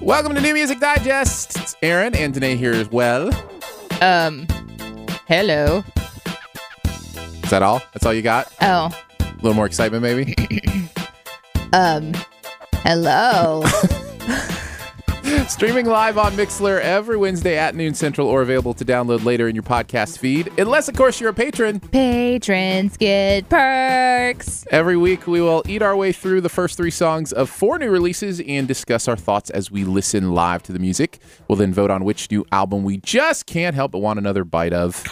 Welcome to New Music Digest. It's Aaron and Danae here as well. Um, hello. Is that all? That's all you got? Oh, A little more excitement, maybe? um, hello. Streaming live on Mixler every Wednesday at noon central or available to download later in your podcast feed. Unless, of course, you're a patron. Patrons get perks. Every week, we will eat our way through the first three songs of four new releases and discuss our thoughts as we listen live to the music. We'll then vote on which new album we just can't help but want another bite of.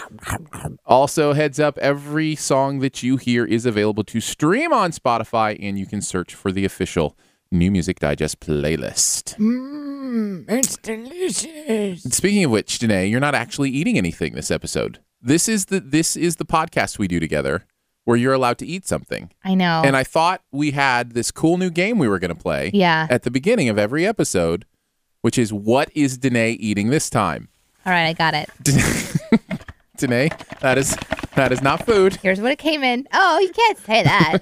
Also, heads up every song that you hear is available to stream on Spotify, and you can search for the official New Music Digest playlist. Mmm, It's delicious. Speaking of which, Danae, you're not actually eating anything this episode. This is the this is the podcast we do together where you're allowed to eat something. I know. And I thought we had this cool new game we were going to play yeah. at the beginning of every episode, which is what is Danae eating this time? All right, I got it. Danae, that is that is not food. Here's what it came in. Oh, you can't say that.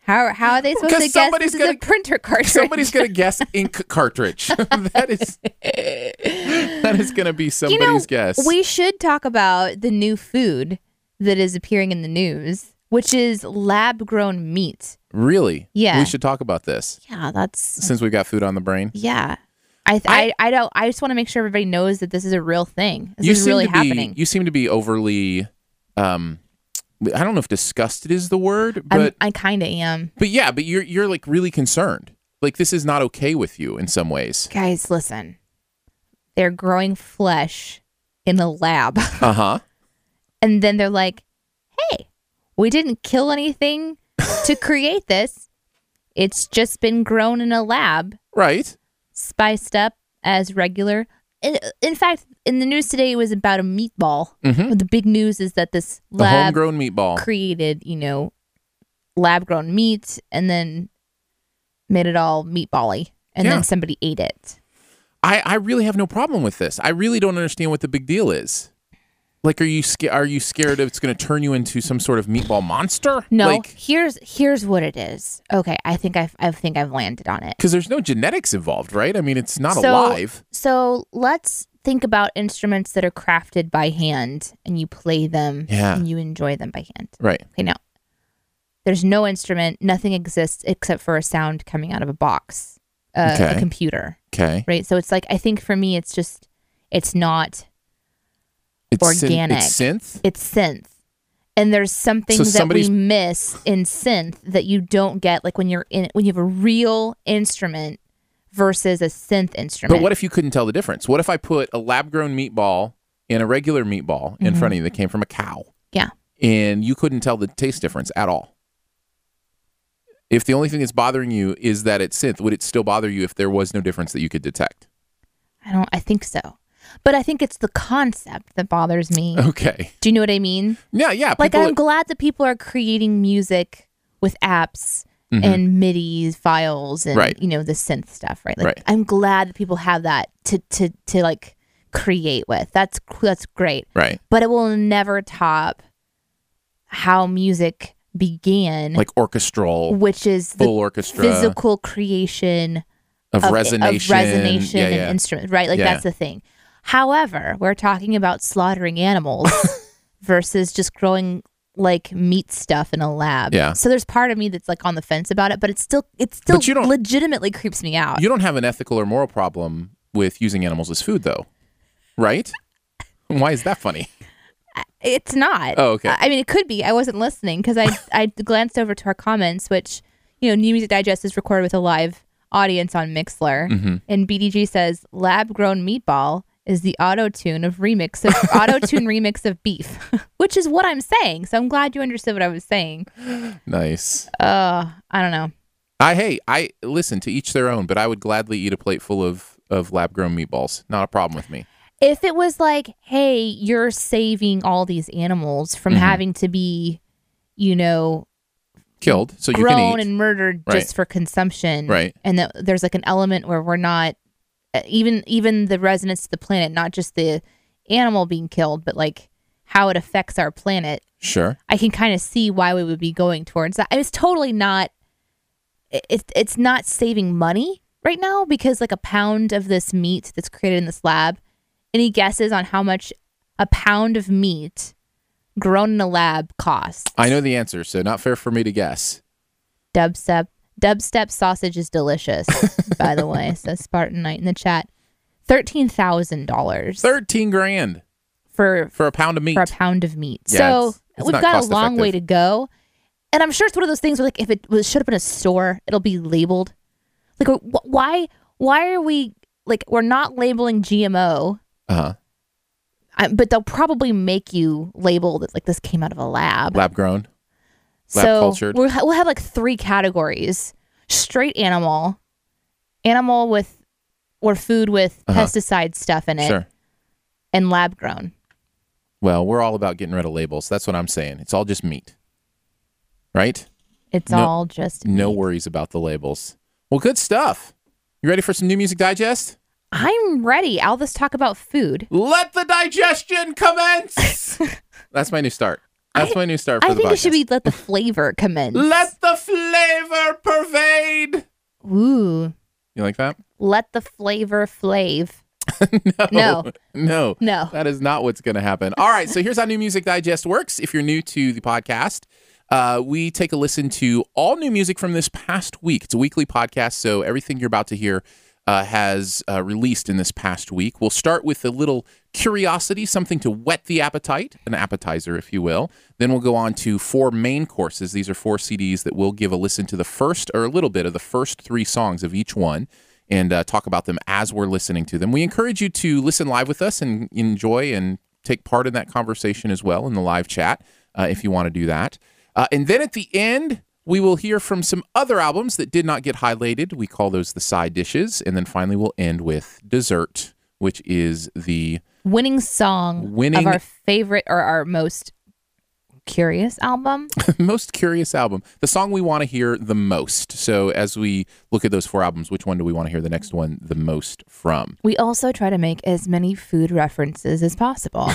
how how are they supposed to Because guess somebody's this is gonna- a printer cartridge? Somebody's going to guess ink cartridge. that is that is going to be you somebody's know, guess. we should talk about the new food that is appearing in the news, which is lab-grown meat. really? Yeah. We should talk about this Yeah, that's since we've got food on the brain. Yeah. I, th- I, I- I don't I just want to make sure everybody knows that this is a real thing. This is seem really to be- happening. You seem to be overly um I don't know if disgusted is the word, but I'm, I kind of am. But yeah, but you're you're like really concerned. Like this is not okay with you in some ways. Guys, listen. They're growing flesh in a lab. Uh huh. and then they're like, "Hey, we didn't kill anything to create this. It's just been grown in a lab, Right. spiced up as regular." In, in fact, in the news today it was about a meatball. Mhm. The big news is that this The lab homegrown meatball. created, you know, lab grown meat and then made it all meatball-y. And Yeah. then somebody ate it. I I really have no problem with this. I really don't understand what the big deal is. Like, are you sca- are you scared it's going to turn you into some sort of meatball monster? No, Like, here's here's what it is. Okay, I think I've I think I've landed on it. because there's no genetics involved, right? I mean, it's not So- alive. So let's think about instruments that are crafted by hand and you play them Yeah. and you enjoy them by hand. Right. Okay, now there's no instrument, nothing exists except for a sound coming out of a box, uh, Okay. a computer, Okay. right? So it's like I think for me, it's just it's not It's syn- Organic. it's synth. it's synth. And there's some things that we somebody's- miss in synth that you don't get like when you're in when you have a real instrument versus a synth instrument. But what if you couldn't tell the difference? What if I put a lab grown meatball and a regular meatball in front of you that came from a cow? Mm-hmm. Yeah. And you couldn't tell the taste difference at all. If the only thing that's bothering you is that it's synth, would it still bother you if there was no difference that you could detect? I don't I think so. But I think it's the concept that bothers me. Okay. Do you know what I mean? Yeah, yeah. Like Uh-huh. people- I'm glad that people are creating music with apps and MIDI files and Mm-hmm. Right. you know the synth stuff, right? Like Right. I'm glad that people have that to to to like create with. That's that's great. right. but it will never top how music began, Like orchestral, which is the full orchestra physical creation of, of, resonation. of resonation yeah, and yeah. instrument, right? Like Yeah. that's the thing. However, we're talking about slaughtering animals versus just growing like meat stuff in a lab. Yeah. So there's part of me that's like on the fence about it, but it's still it still But you don't- legitimately creeps me out. you don't have an ethical or moral problem with using animals as food, though, right? Why is that funny? It's not. Oh, okay. I I mean, it could be. I wasn't listening because I I glanced over to our comments, which you know, New Music Digest is recorded with a live audience on Mixler, Mm-hmm. and BDG says lab grown meatball is the auto tune of remix of auto tune remix of beef, which is what I'm saying. So I'm glad you understood what I was saying. Nice. Uh, I don't know. I hey, I listen to each their own, but I would gladly eat a plate full of of lab grown meatballs. Not a problem with me. If it was like, hey, you're saving all these animals from Mm-hmm. having to be, you know, Killed, so you grown can eat. and murdered Right. just for consumption, Right. And that there's like an element where we're not uh, even even the resonance to the planet, not just the animal being killed, but like how it affects our planet. sure. I can kind of see why we would be going towards that. It's totally not. It's it's not saving money. right now because like a pound of this meat that's created in this lab. Any guesses on how much a pound of meat grown in a lab costs? I know the answer, so not fair for me to guess. dubstep dubstep sausage is delicious by the way says spartan knight in the chat $13000 Thirteen grand for for a pound of meat. for a pound of meat Yeah, so it's- it's we've not got a cost long way to effective. go and i'm sure it's one of those things where like if it was showed up in a store it'll be labeled like wh- why why are we like we're not labeling gmo Uh-huh. I- uh, but they'll probably make you label that like this came out of a lab Lab grown. Lab so cultured. We'll, ha- we'll have like three categories: straight animal, animal with or food with Uh-huh. pesticide stuff in it, Sure. and lab grown. Well, we're all about getting rid of labels. That's what I'm saying. It's all just meat. Right? It's No- all just No worries about the labels. Well, good stuff. You ready for some new music digest? I'm ready. All this talk about food. Let the digestion commence. That's my new start. That's my new start for the I think it should podcast. be let the flavor commence. Let the flavor pervade. Ooh, You like that? let the flavor flave. No. No. No. That is not what's going to happen. All right. So here's how New Music Digest works. If you're new to the podcast, uh, we take a listen to all new music from this past week. It's a weekly podcast. So everything you're about to hear uh, has uh, released in this past week. We'll start with a little curiosity, something to whet the appetite, an appetizer, if you will. Then we'll go on to four main courses. These are four CDs that we'll give a listen to the first or a little bit of the first three songs of each one and uh, talk about them as we're listening to them. We encourage you to listen live with us and enjoy and take part in that conversation as well in the live chat uh, if you want to do that. Uh, and then at the end, we will hear from some other albums that did not get highlighted. We call those the side dishes. And then finally, we'll end with dessert, which is the Winning song Winning- of our favorite or our most curious album. most curious album, the song we want to hear the most. So as we look at those four albums, which one do we want to hear the next one the most from? We also try to make as many food references as possible.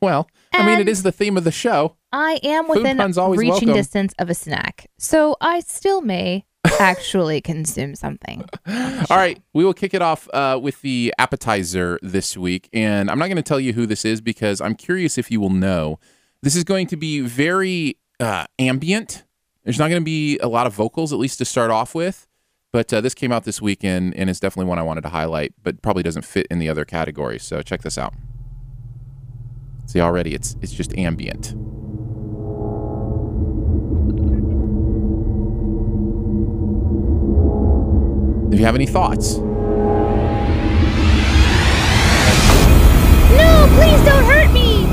Well, I mean, it And- is the theme of the show. I am Food within pun's always reaching welcome. distance of a snack, so I still may actually consume something. All right, we will kick it off uh, with the appetizer this week, and I'm not going to tell you who this is because I'm curious if you will know. This is going to be very uh, ambient. There's not going to be a lot of vocals, at least to start off with. But uh, this came out this weekend, and it's definitely one I wanted to highlight, but probably doesn't fit in the other categories. So check this out. See, already it's it's just ambient. If you have any thoughts, No, please don't hurt me!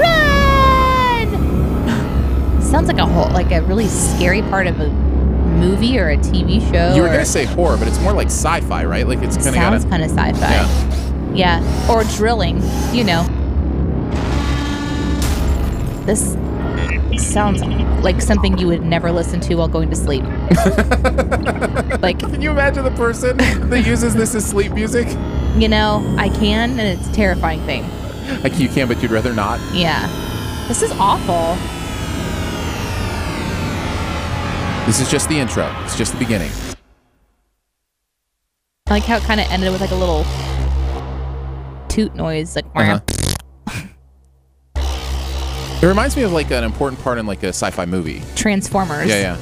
Run! Sounds like a whole, like a really scary part of a movie or a TV show. you were or- going to say horror, but it's more like sci-fi, right? Like it's kind of got sounds a kind of sci-fi. Yeah. or drilling. You know, this sounds like something you would never listen to while going to sleep. like Can you imagine the person that uses this as sleep music? you know, I can, and it's a terrifying thing. Like you can, but you'd rather not. Yeah, this is awful. This is just the intro. It's just the beginning. I like how it kind of ended with like a little toot noise, like. Uh-huh. It reminds me of like an important part in like a sci-fi movie. Transformers. Yeah,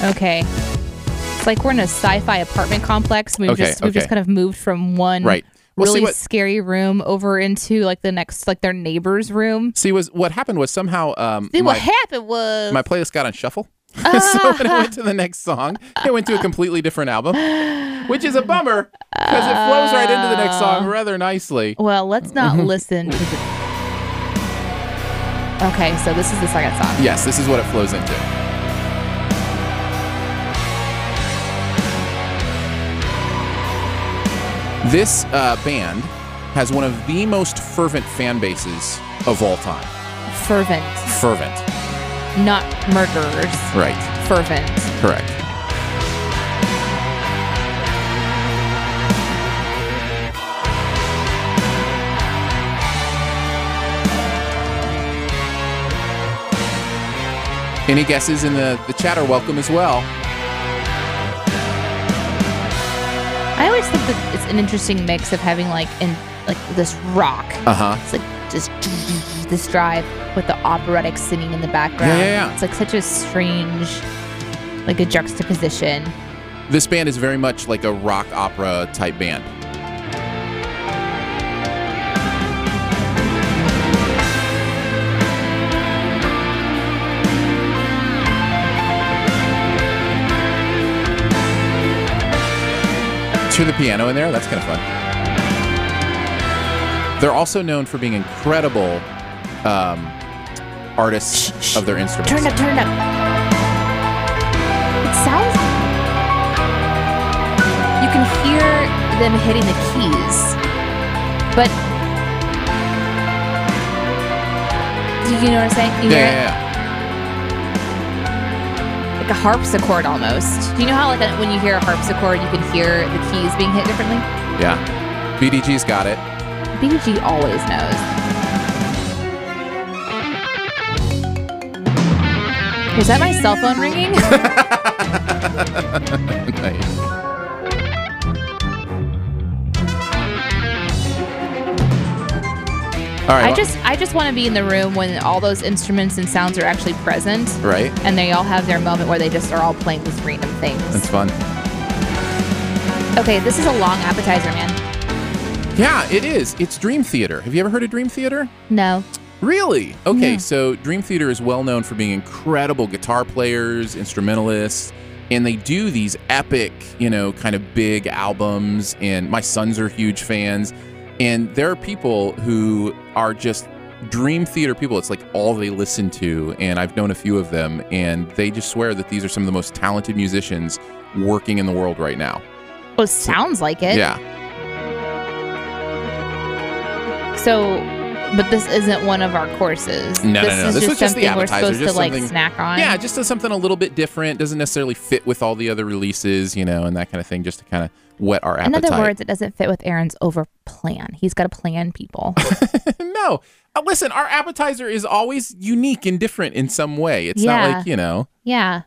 yeah. Okay. It's like we're in a sci-fi apartment complex. We've Okay, just we've just okay. kind of moved from one Right. Well, see really what- scary room over into like the next like their neighbor's room. See, was what happened was somehow um, See what my, happened was my playlist got on shuffle. so when it went to the next song, it went to a completely different album, which is a bummer because it flows right into the next song rather nicely. well. Let's not Mm-hmm. listen to the. Okay, so this is the second song. Yes, this is what it flows into. This uh, band has one of the most fervent fan bases of all time. Fervent, Fervent. not murderers. Right. Fervent. Correct. Any guesses in the, the chat are welcome as well. I always think that it's an interesting mix of having like in like this rock. Uh huh. It's like just this drive with the operatic singing in the background. Yeah, yeah, yeah. It's like such a strange, like a juxtaposition. This band is very much like a rock opera type band. Let's hear the piano in there. That's kind of fun. They're also known for being incredible um, artists of their instruments. Turn it up, turn it up. It sounds. You can hear them hitting the keys, but do you know what I'm saying? You Yeah, hear yeah, it? yeah. like a harpsichord almost. Do you know how like when you hear a harpsichord, you can hear the keys being hit differently? Yeah. BDG's got it. BDG always knows. Was that my cell phone ringing? Nice. All right. I well- just I just want to be in the room when all those instruments and sounds are actually present, right. and they all have their moment where they just are all playing these random That's things. fun. Okay, this is a long appetizer, man. Yeah, it is. It's Dream Theater. Have you ever heard of Dream Theater? No, Really? Okay, No. so Dream Theater is well known for being incredible guitar players, instrumentalists, and they do these epic, you know, kind of big albums. And my sons are huge fans. And there are people who are just Dream Theater people. It's like all they listen to. And I've known a few of them, and they just swear that these are some of the most talented musicians working in the world right now. well, Oh, it sounds like it. yeah. So, but this isn't one of our courses. No, no, this no. Is This just was just the something we're appetizer, supposed just to like something- snack on. Yeah, just does something a little bit different. Doesn't necessarily fit with all the other releases, you know, and that kind of thing, just to kind of whet our In appetite. other words, it doesn't fit with Aaron's over plan. He's got to plan people. no, Uh, listen, our appetizer is always unique and different in some way. It's not Yeah. like you know, yeah.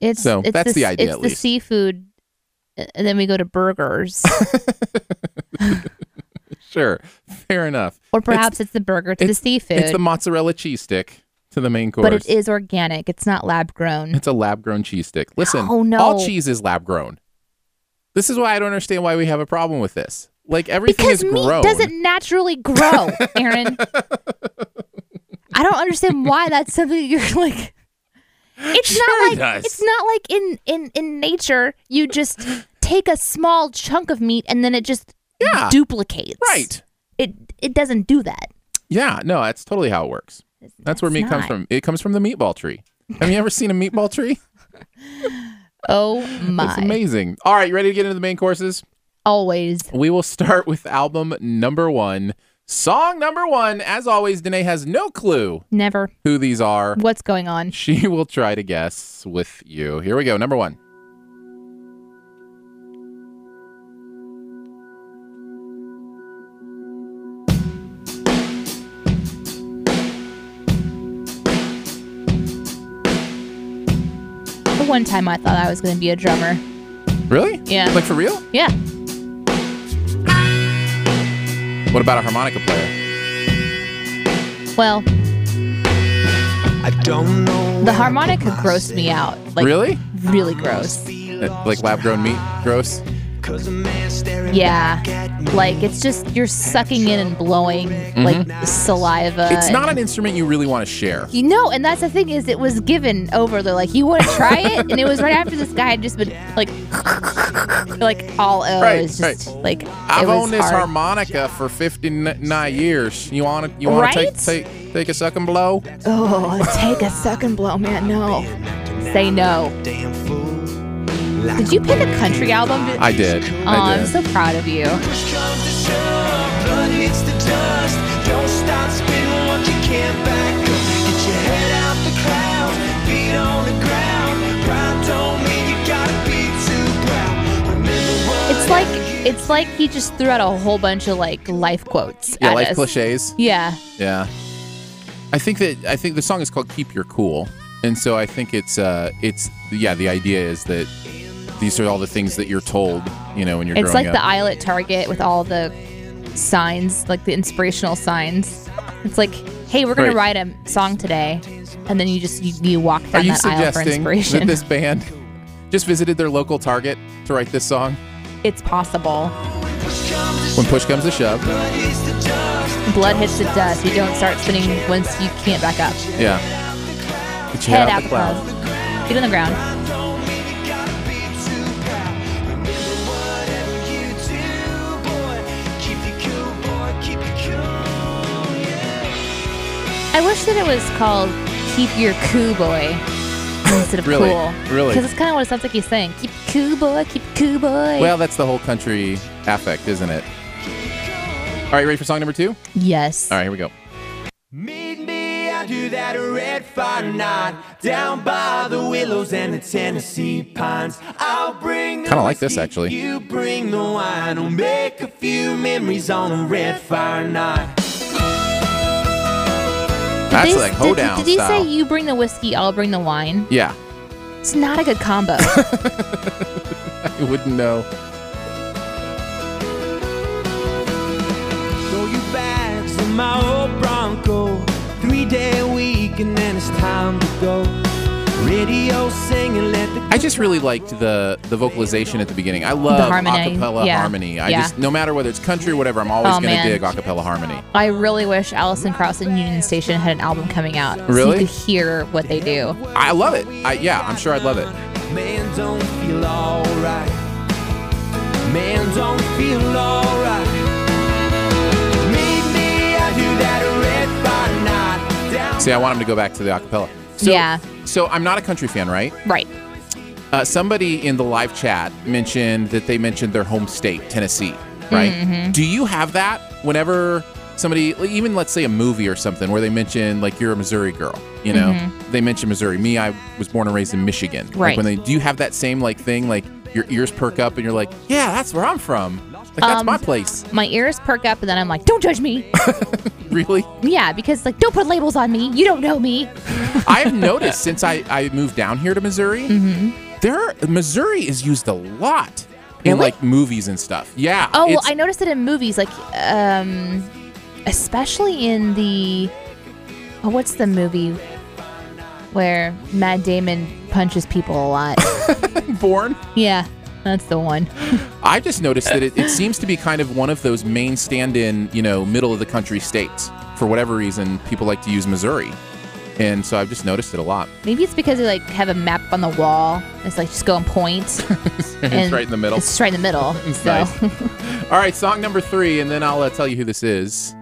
It's So, it's that's the s- idea, It's at the least. seafood, uh, and then we go to burgers, sure, fair enough. or perhaps it's, the burger to the it's- seafood. It's the mozzarella cheese stick to the main course. but it is organic. It's not lab grown. It's a lab grown cheese stick. Listen, Oh, no. all cheese is lab grown. This is why I don't understand why we have a problem with this. Like everything Because is meat grown. doesn't naturally grow, Aaron. I don't understand why that's something you're like. It's Sure not like does. it's not like in in in nature you just take a small chunk of meat and then it just Yeah. duplicates. right. It it doesn't do that. Yeah, no, that's totally how it works. That's where it's meat comes not. from. It comes from the meatball tree. Have you ever seen a meatball tree? Oh It's my! amazing. All right, you ready to get into the main courses? Always. We will start with album number one, song number one. As always, Danae has no clue Never. who these are. What's going on? She will try to guess with you. Here we go. Number one. The one time I thought I was going to be a drummer. Really? Yeah. Like for real? Yeah. What about a harmonica player? Well, I don't know. the harmonica grossed me out. Like really? Really gross. Uh, Like lab grown meat? Gross. Yeah. Like it's just you're sucking in and blowing like saliva. Mm-hmm. It's not an instrument you really want to share. You know, and that's the thing is, it was given over. They're like, "You want to try it?" and it was right after this guy had just been like, like all oh, Right, it was just like it I've was owned this hard. harmonica for 59 years. You want to you want Right? to take take take a suck and blow? oh, take a second blow, man. No, say no. Did you pick a country album? I did. Oh, I I'm did. so proud of you. Push comes to shove, blood hits the dust. Don't stop spinning what you can't back up. Get your head out the clouds, feet on the ground. Pride don't mean you gotta be too proud. Remember what It's like it's like he just threw out a whole bunch of like life quotes. yeah, at life us. cliches. Yeah, Yeah. I think that I think the song is called "Keep Your Cool," and so I think it's uh, it's yeah. The idea is that these are all the things that you're told, you know, when you're It's growing like up. the aisle at Target with all the signs, like the inspirational signs. It's like, hey, we're gonna Right. write a song today, and then you just you, you walk Are down you that aisle for suggesting that inspiration. this band just visited their local Target to write this song? it's possible. When push comes to shove, Blood hits the dust. You don't start spinning once you can't back up. yeah. Get your Head out the clouds. Get on the ground. I wish that it was called "Keep Your Cool Boy" instead of Really? cool. Really? Because it's kind of what it sounds like he's saying. Keep it cool, boy. Keep it cool, boy. Well, that's the whole country affect, isn't it? All right, ready for song number two? All yes. right, here we go. Meet me out to that red fire night down by the willows and the Tennessee pines. I'll bring the Kinda like this, whiskey, actually. You bring the wine. We'll make a few memories on a red fire night. That's They- like did- hoedown Did, did he style. say you bring the whiskey, I'll bring the wine? yeah, It's not a good combo. you wouldn't know. Throw you bags in my old Bronco. Three day week and then it's time to go. Radio singing, let the I just really liked the the vocalization at the beginning. I love harmony, acapella yeah, harmony. I yeah. just no matter whether it's country or whatever, I'm always Oh, gonna man. dig acapella harmony. I really wish Allison Krauss and Union Station had an album coming out. Really? So you could hear what they do. I love it. I, yeah, I'm sure I'd love it. Man don't feel alright. Man don't feel alright. Meet me out to that red fire night down See, I want him to go back to the acapella. So, Yeah. So I'm not a country fan, right? Right. Uh, somebody in the live chat mentioned that they mentioned their home state, Tennessee, right? Mm-hmm. Do you have that whenever somebody, even let's say a movie or something, where they mention like you're a Missouri girl, you know? They mention Missouri. Me, I was born and raised in Michigan. Like, Mm-hmm. Right. when they, do you have that same like thing, like your ears perk up and you're like, yeah, that's where I'm from. Like that's Um, my place. My ears perk up, and then I'm like, don't judge me. Really? yeah, because, like, don't put labels on me. You don't know me. I have noticed since I, I moved down here to Missouri, there Missouri is used a lot in Mm-hmm. Really? like movies and stuff. Yeah. Oh, well, it's- I noticed it in movies, like, um, especially in the. Oh, what's the movie where Matt Damon punches people a lot? born. yeah, that's the one. I just noticed that it, it seems to be kind of one of those main stand-in, you know, middle of the country states. For whatever reason, people like to use Missouri, and so I've just noticed it a lot. Maybe it's because they like have a map on the wall. It's like just go and point. it's right in the middle. It's just right in the middle. so nice. All right, song number three, and then I'll uh, tell you who this is.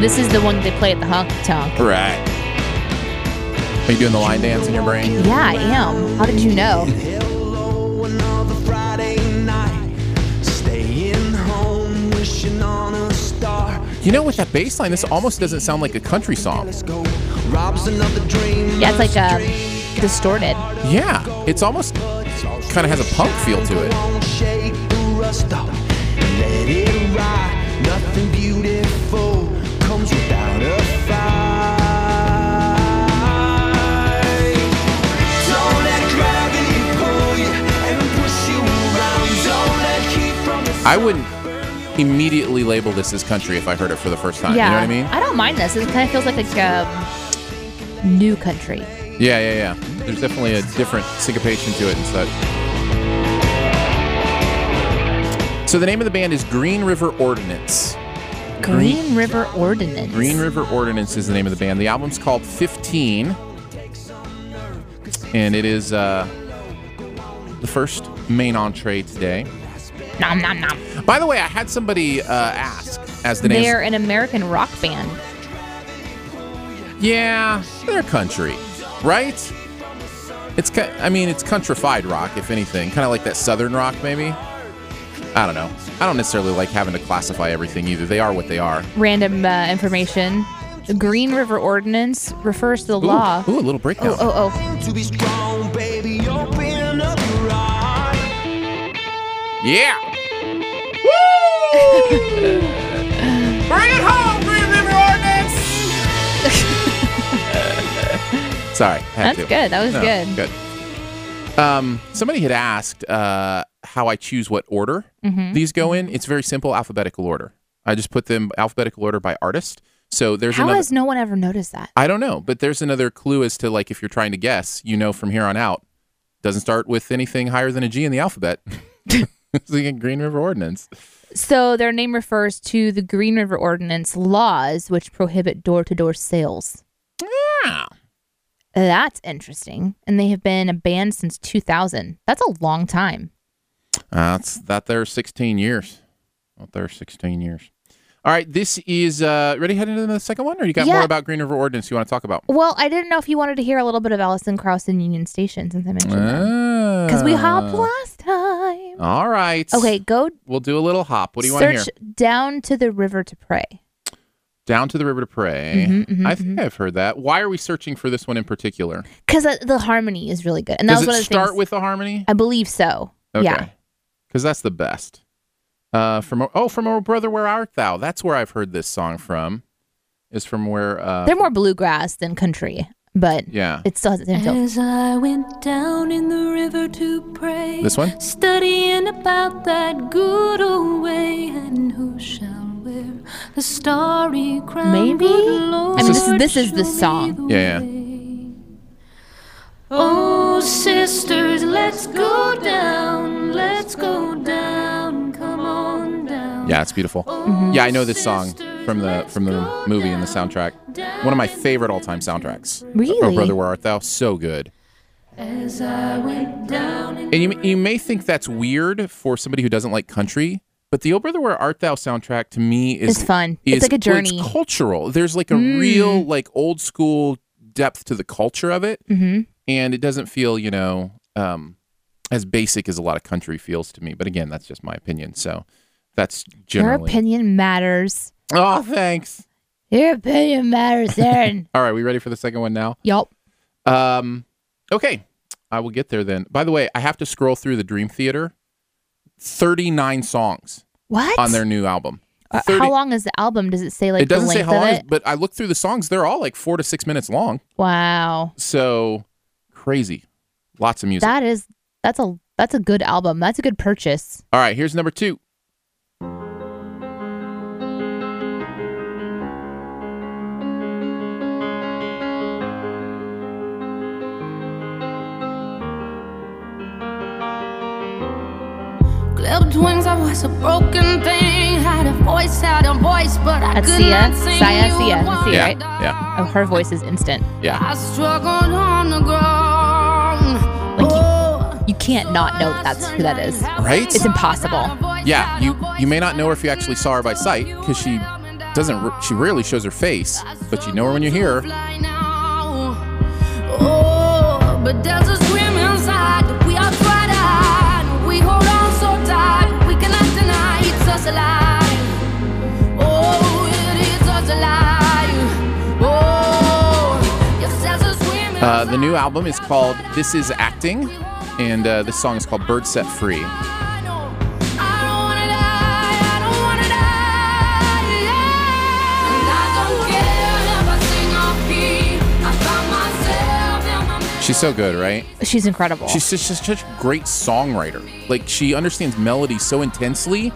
this is the one they play at the honk tonk. Right. Are you doing the line dance in your brain? Yeah, I am. How did you know? Hello, another Friday night. Staying home, wishing on a star. You know, with that bass line, this almost doesn't sound like a country song. Let's go. Rob's another dream. Yeah, it's like uh, distorted. Uh, Yeah, it's almost kind of has a punk feel to it. Won't shake the rust off. Let it ride. Nothing beautiful comes without a fight. Don't let gravity pull you and push you around. Don't let heat from the I wouldn't immediately label this as country if I heard it for the first time. yeah, You know what I don't mind this. It kind of feels like like um, new country. mean? Yeah, yeah, yeah. There's definitely a different syncopation to it and such. So the name of the band is Green River Ordinance. Green, River Ordinance. Green River Ordinance is the name of the band. The album's called 15, and it is uh, the first main entree today. Nom nom nom. By the way, I had somebody uh, ask as the name. They're an American rock band. Yeah, they're country, right? It's ki- I mean it's countrified rock, if anything, kind of like that southern rock, maybe. I don't know. I don't necessarily like having to classify everything either. They are what they are. Random uh, information. The Green River Ordinance refers to the Ooh, law. ooh, a little breakdown. Oh, oh, oh. to be strong, baby. Open up your eyes. oh. Yeah. Bring it home, Green River Ordinance! Sorry. had That's to. good. That was No, good. Good. Um, somebody had asked uh, how I choose what order Mm-hmm. these go in. It's very simple, alphabetical order. I just put them alphabetical order by artist. So there's How another. has no one ever noticed that? I don't know, but there's another clue as to like if you're trying to guess, you know, from here on out, doesn't start with anything higher than a G in the alphabet. it's like a Green River Ordinance. So their name refers to the Green River Ordinance laws, which prohibit door-to-door sales. Yeah. That's interesting. And they have been a band since 2000. That's a long time. Uh, that's that there 16 years. Out there 16 years. All right, this is uh ready heading into the second one or you got Yeah. more about Green River Ordinance you want to talk about? Well, I didn't know if you wanted to hear a little bit of Allison Krauss and Union Station since I mentioned because we hopped Ah. last time. All right. Okay, go We'll do a little hop. What do you want to hear? search down to the river to pray. Down to the river to pray. Mm-hmm, I think I've heard that. Why are we searching for this one in particular? Because uh, the harmony is really good, and that Does was one it of the start things. with the harmony? I believe so. Yeah. Because that's the best. Uh, from oh, from Oh Brother, Where Art Thou? That's where I've heard this song from. Is from where? Uh, They're more bluegrass than country, but yeah. it still has the same feel. As I went down in the river to pray, This one? studying about that good old way, and who shall wear the starry crown? Maybe? Good I mean, this is- Lord, this is the show me song. the Yeah, yeah. way. Oh, sisters, let's go down, let's go down, come on down. Yeah, it's beautiful. Yeah, I know this song from the from the movie and the soundtrack. One of my favorite all time soundtracks. Really? Oh Brother, Where Art Thou? So good. As I went down And in you you may think that's weird for somebody who doesn't like country, but the Oh Brother, Where Art Thou soundtrack to me is It's fun. It's is- like a well, it's journey. Mm. cultural. There's like a real like old school depth to the culture of it. hmm and it doesn't feel you know um, as basic as a lot of country feels to me. But again, that's just my opinion. So that's Your generally. opinion matters. oh, thanks. Your opinion matters, Aaron. All right, we ready for the second one now? yup. Um, okay, I will get there then. By the way, I have to scroll through the Dream Theater. Thirty-nine songs What? on their new album. Uh, 30 how long is the album? Does it say like it doesn't the say length how long, of it is, it? but I looked through the songs. They're all like four to six minutes long. Wow, So crazy, lots of music. that is that's a that's a good album. That's a good purchase. All right, here's number two. Clipped wings, I was a broken thing. Had a voice, had a voice, but I That's could Sia. not sing. Sia, you Sia, alone. Sia, right? Yeah. Oh, her voice is instant. Yeah, I struggled on the ground. Like you- Oh, You can't not know that's who that is. right? It's impossible. Yeah, you you may not know her if you actually saw her by sight because she doesn't r she rarely shows her face, but you know her when you hear her. Fly now. Oh, but there's a scream inside. We are dried out. We hold on so tight. We cannot deny it's us alive. Oh, it is us alive. Oh, yes, there's a scream Uh, the new inside. album is called This Is Acting, and uh, this song is called Bird Set Free. I know. I don't wanna die. I don't wanna die. Yeah. And I don't care if I sing or feel. I found myself in my She's so good, right? She's incredible. She's just, just such a great songwriter. Like she understands melody so intensely,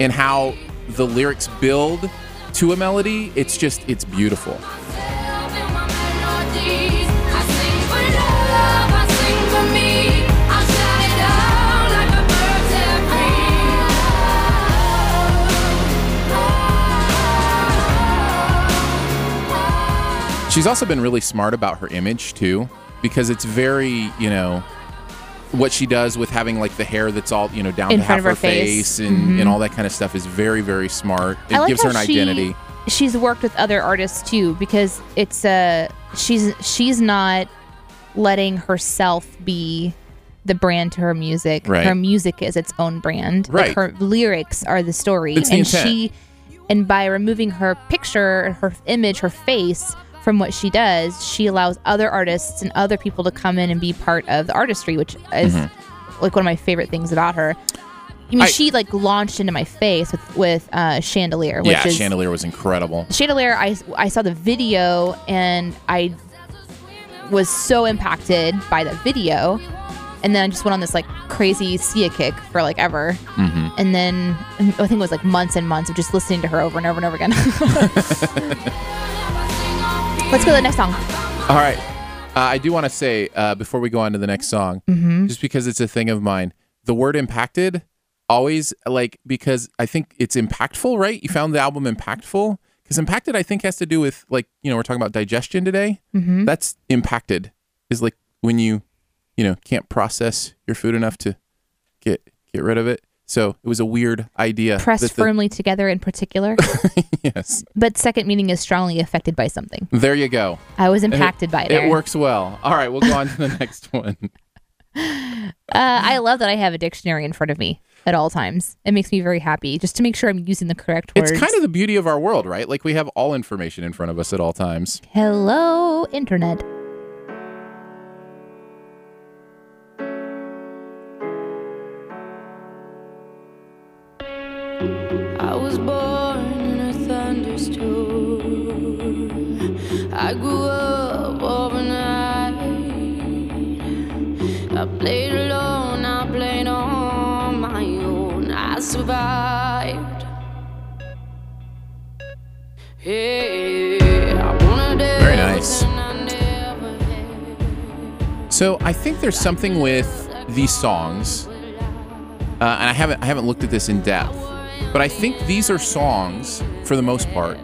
and how the lyrics build to a melody. It's just it's beautiful. myself in my melodies. I sing for love. I sing for me. I shout it out like a bird set free. Oh, She's also been really smart about her image too, because it's very, you know, what she does with having like the hair that's all, you know, down In to half front of her, her face, face. Mm-hmm. and, and all that kind of stuff is very, very smart. It I like gives how her an she- identity. she's worked with other artists too because it's uh she's she's not letting herself be the brand to her music. Right. Her music is its own brand. Right. Like her lyrics are the story. It's the and intent. she and by removing her picture, her image, her face from what she does, she allows other artists and other Mm-hmm. people to come in and be part of the artistry, which is like one of my favorite things about her. I mean, I- she like launched into my face with with uh, chandelier. Which yeah, is, Chandelier was incredible. Chandelier, I, I saw the video and I was so impacted by that video. And then I just went on this like crazy Sia kick for like ever. Mm-hmm. And then I think it was like months and months of just listening to her over and over and over again. Let's go to the next song. All right. Uh, I do want to say uh, before we go on to the next song, Mm-hmm. just because it's a thing of mine, the word impacted always like because I think it's impactful, right? You found the album impactful because impacted, I think, has to do with like, you know, we're talking about digestion today. Mm-hmm. That's impacted is like when you, you know, can't process your food enough to get get rid of it. So it was a weird idea. Pressed that the- firmly together in particular, yes. but second meaning is strongly affected by something. There you go. I was impacted by it. It Aaron. works well. All right, we'll go on to the next one. Uh, I love that I have a dictionary in front of me at all times. It makes me very happy just to make sure I'm using the correct words. It's kind of the beauty of our world, right? Like we have all information in front of us at all times. Hello, internet. I was born in a thunderstorm. I grew up overnight. I played alone, I played on my own. I survived. Hey, I wanted Very nice. everything I never had. So I think there's something with these songs, uh, and I haven't I haven't looked at this in depth, but I think these are songs for the most part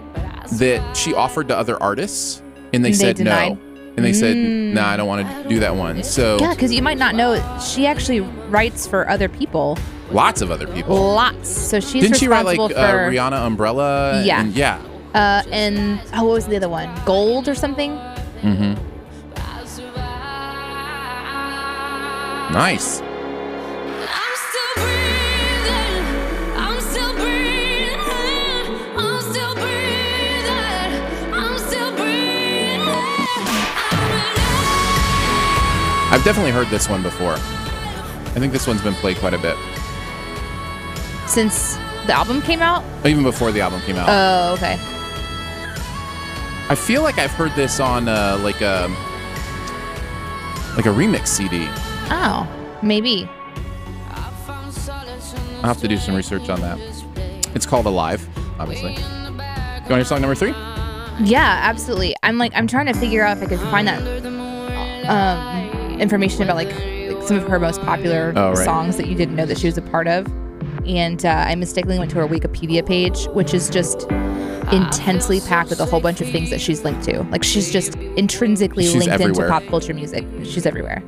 that she offered to other artists, and they, And they said denied? Mm. no, and they said, "Nah, I don't want to do that one." So Yeah, because you might not know she actually writes for other people, lots of other people. lots. So she's Didn't she write like responsible uh, for Rihanna Umbrella? Yeah. and- yeah. uh, and oh, what was the other one? Gold or something? I survived. Nice. I'm still breathing. I'm still breathing. I'm still breathing. I'm still breathing. I'm alive. I've definitely heard this one before. I think this one's been played quite a bit. Since the album came out. even before the album came out. Oh, okay. I feel like I've heard this on uh, like a like a remix CD. Oh, maybe. I found solace in I'll have to do some research on that. this place. It's called Alive, obviously. You want your song number three? Yeah, absolutely. I'm like I'm trying to figure out if I could find that um, information about like, like some of her most popular Oh, right. songs that you didn't know that she was a part of. And uh, I mistakenly went to her Wikipedia page, which is just intensely packed with a whole bunch of things that she's linked to. Like she's just intrinsically She's linked everywhere. into pop culture music. She's everywhere.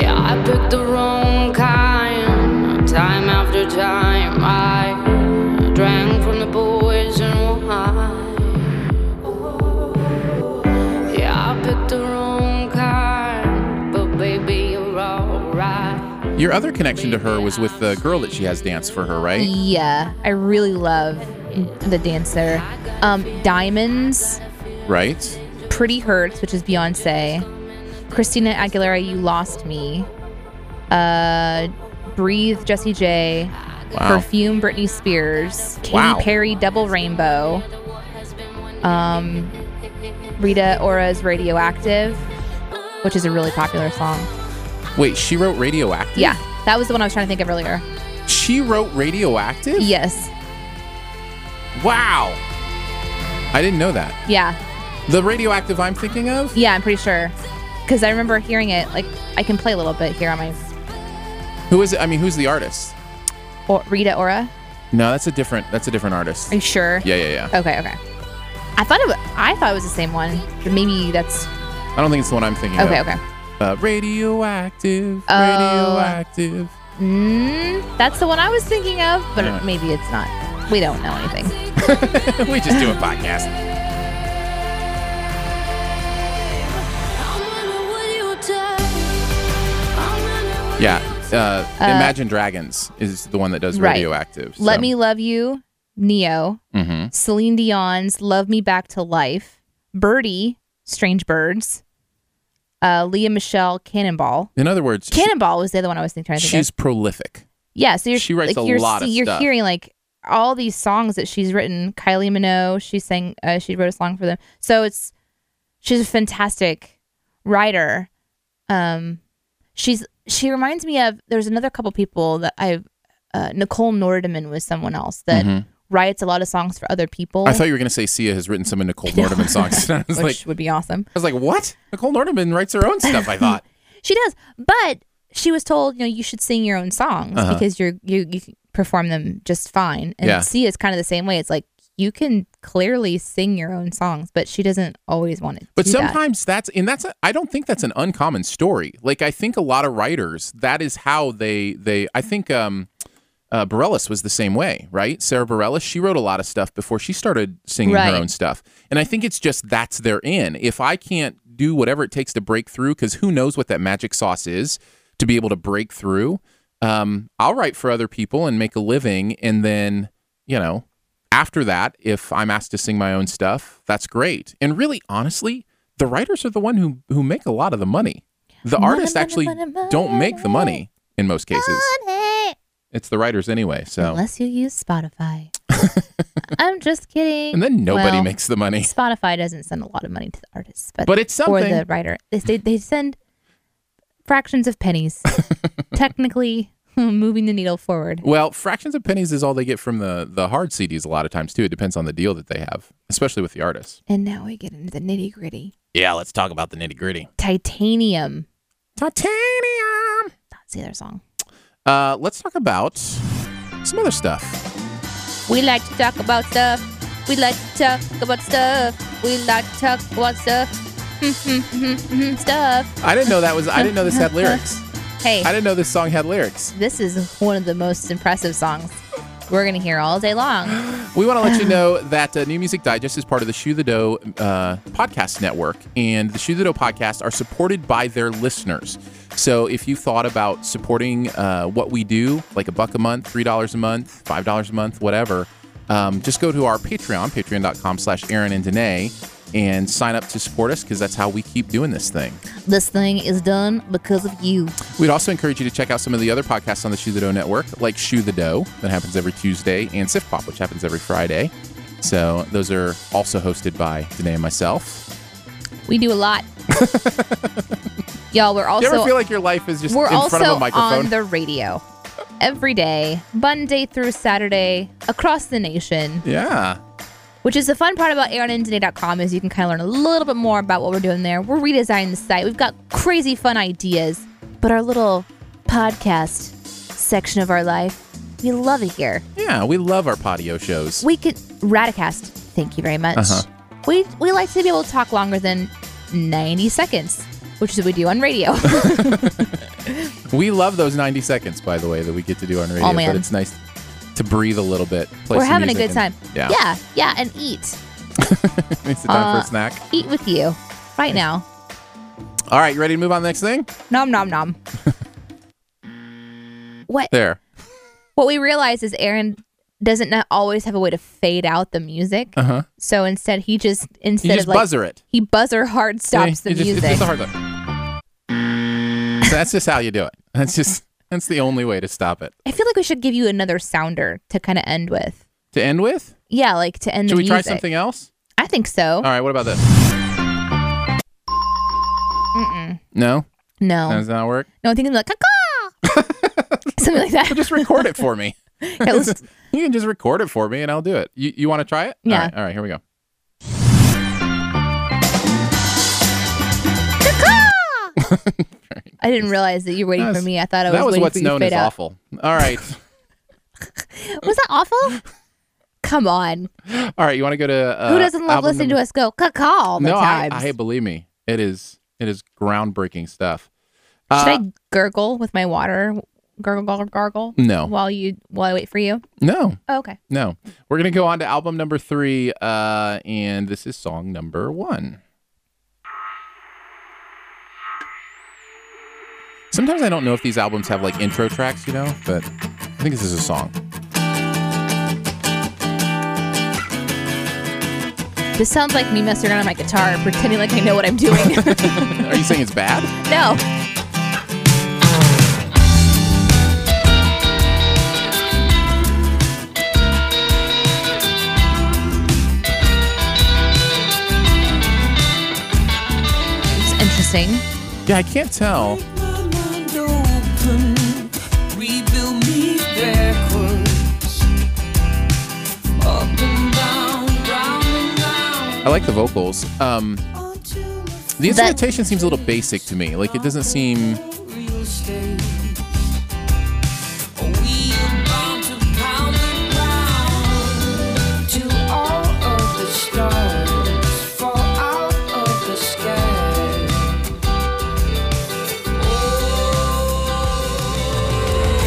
Yeah, I picked the wrong kind. Time after time, I drank from the poison wine. Yeah, I picked the wrong kind. But baby, you're alright. Your other connection to her was with the girl that she has danced for her, right? Yeah, I really love the dancer. Um, Diamonds, Right. Pretty Hurts, which is Beyonce, Christina Aguilera, You Lost Me, uh, Breathe, Jessie J, Wow. Perfume, Britney Spears, Katy Wow. Perry, Double Rainbow, um, Rita Ora's Radioactive, which is a really popular song. Wait, she wrote Radioactive. Yeah, that was the one I was trying to think of earlier. She wrote Radioactive. Yes, Wow. I didn't know that. yeah, The Radioactive I'm thinking of. yeah, I'm pretty sure. Because I remember hearing it, like, I can play a little bit here on my Who is it? I mean, who's the artist? or- Rita Ora. No, that's a different. That's a different artist. Are you sure? Yeah, yeah, yeah. Okay, okay. I thought it. Was, I thought it was the same one, but maybe that's I don't think it's the one I'm thinking okay. of. Okay. Uh, radioactive, Oh. radioactive. Mm, that's the one I was thinking of, but Yeah. maybe it's not. We don't know anything. we just do a podcast. I'm gonna what you take. I'm gonna what Yeah. you take. Uh, Imagine Dragons is the one that does right. radioactive. so- Let me love you, Neo, Mhm. Celine Dion's "Love Me Back to Life," Birdie, Strange Birds, uh, Leah Michelle Cannonball. In other words, she- Cannonball was the other one I was thinking. Trying to think of. she's prolific. Yeah, so you're She writes like, a you're, lot of see- you're stuff. hearing like all these songs that she's written. Kylie Minogue, she sang, uh, she wrote a song for them. So it's she's a fantastic writer. Um, she's she reminds me of there's another couple people that I've uh, Nicole Nordeman was someone else that writes a lot of songs for other people, Mm-hmm. I thought you were going to say Sia has written some of Nicole Nordeman songs. I was which like, would be awesome. I was like, what? Nicole Nordeman writes her own stuff. I thought. She does, but she was told, you know, you should sing your own songs Uh-huh. because you're you you can perform them just fine. And Yeah. C is kind of the same way. It's like you can clearly sing your own songs, but she doesn't always want to. But do that. sometimes that's and that's a, I don't think that's an uncommon story. Like I think a lot of writers that is how they they I think um uh, Bareilles was the same way, right? Sarah Bareilles, she wrote a lot of stuff before she started singing Right. her own stuff. And I think it's just that's their in. If I can't do whatever it takes to break through cuz who knows what that magic sauce is to be able to break through, um I'll write for other people and make a living and then, you know, after that, if I'm asked to sing my own stuff, that's great. And really, honestly, the writers are the one who who make a lot of the money. The Money, artists money, actually money, money, don't make the money in most cases. Money. It's the writers anyway. So Unless you use Spotify. I'm just kidding. and then nobody Well, makes the money. Spotify doesn't send a lot of money to the artists, but But it's or something. the writer. They they, they send fractions of pennies, technically moving the needle forward. Well, fractions of pennies is all they get from the the hard CDs a lot of times too. It depends on the deal that they have, especially with the artists. And now we get into the nitty gritty. Yeah, let's talk about the nitty gritty. Titanium. Titanium. That's the other song. Uh, let's talk about some other stuff. We like to talk about stuff. We like to talk about stuff. We like to talk about stuff. stuff. I didn't know that was. I didn't know this had lyrics. Hey, I didn't know this song had lyrics. this is one of the most impressive songs we're gonna hear all day long. We want to let you know that uh, New Music Digest is part of the Shoe the Dough uh, podcast network, and the Shoe the Dough podcast are supported by their listeners. So if you thought about supporting uh, what we do, like a buck a month, three dollars a month, five dollars a month, whatever, um, just go to our Patreon, Patreon.com/slash Aaron and Danae, and sign up to support us because that's how we keep doing this thing. This thing is done because of you. We'd also encourage you to check out some of the other podcasts on the Shoe the Dough Network, like Shoe the Dough, that happens every Tuesday, and Sif Pop, which happens every Friday. So those are also hosted by Danae and myself. We do a lot. Y'all, we're Do you ever also feel like your life is just we're in front also of a on microphone? the radio every day, Monday through Saturday, across the nation. yeah. Which is the fun part about AaronandDanae.com is you can kind of learn a little bit more about what we're doing there. We're redesigning the site. We've got crazy fun ideas, but our little podcast section of our life, we love it here. Yeah, we love our patio shows. We could Radicast. Thank you very much. Uh-huh. We we like to be able to talk longer than 90 seconds, which is what we do on radio. We love those 90 seconds, by the way, that we get to do on radio. Oh, man. But it's nice to breathe a little bit. Play we're some having a music good time. and- yeah. yeah, yeah, and eat. it's the time for Uh, a snack. Eat with you right now. All right, you ready to move on to the next thing? Nom nom nom. what There. what we realize is Aaron doesn't not always have a way to fade out the music. Uh-huh. So instead, he just You instead just of like buzzer it. he buzzer hard stops Yeah, the it just- music. It's just a hard look. So that's just how you do it. That's just that's the only way to stop it. I feel like we should give you another sounder to kind of end with. To end with, Yeah, like to end should the we music. try something else? I think so. All right, what about this? Mm-mm. No, No, That does not work. no, I think it's like "Caw-caw!" something like that. Just record it for me. Yeah, let's- You can just record it for me, and I'll do it. You you want to try it? Yeah. All right, all right, here we go. I didn't realize that you were waiting That for was- me. I thought I was that was waiting what's for you to known fade as out. awful. All right, Was that awful? Come on, all right. You want to go to uh, who doesn't love album listening number- to us go caw all the No, I, time? I believe me. It is it is groundbreaking stuff. Should Uh, I gurgle with my water? Gurgle, gurgle, gargle. No. While you while I wait for you. No, Oh, okay. No. We're going to go on to album number three, uh, and this is song number one. Sometimes I don't know if these albums have like intro tracks, you know, but I think this is a song. This sounds like me messing around on my guitar, pretending like I know what I'm doing. Are you saying it's bad? no. It's interesting. Yeah, I can't tell. I like the vocals. Um, the instrumentation seems a little basic to me. Like it doesn't seem.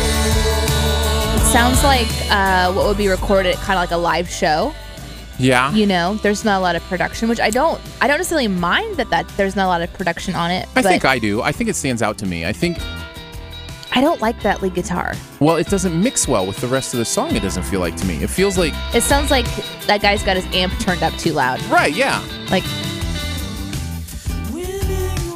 It sounds like uh, what would be recorded at kind of like a live show. Yeah. You know, there's not a lot of production, which I don't. I don't necessarily mind that that there's not a lot of production on it. I but think I do. I think it stands out to me. I think I don't like that lead guitar. well, it doesn't mix well with the rest of the song. It doesn't feel like to me. It feels like It sounds like that guy's got his amp turned up too loud. right. Yeah. Like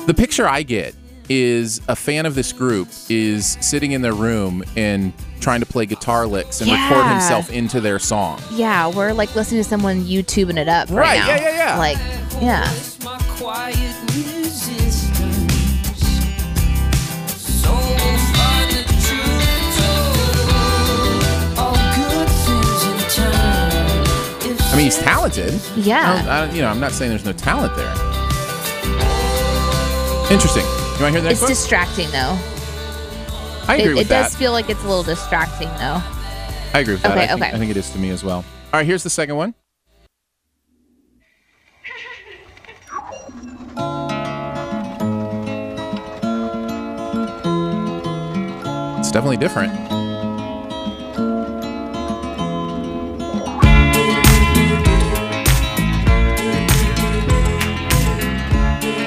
The picture I get is a fan of this group is sitting in their room and trying to play guitar licks and record Yeah. himself into their song. Yeah, we're like listening to someone YouTubing it up Right, right, now. yeah, yeah, yeah. Like, yeah. I mean, he's talented. I don't, Yeah. I don't, you know, I'm not saying there's no talent there. Interesting. You want to hear the next It's one? distracting though. I agree it with it that. does feel like it's a little distracting though. I agree with that. Okay, I, think, okay. I think it is to me as well. All right, here's the second one. It's definitely different.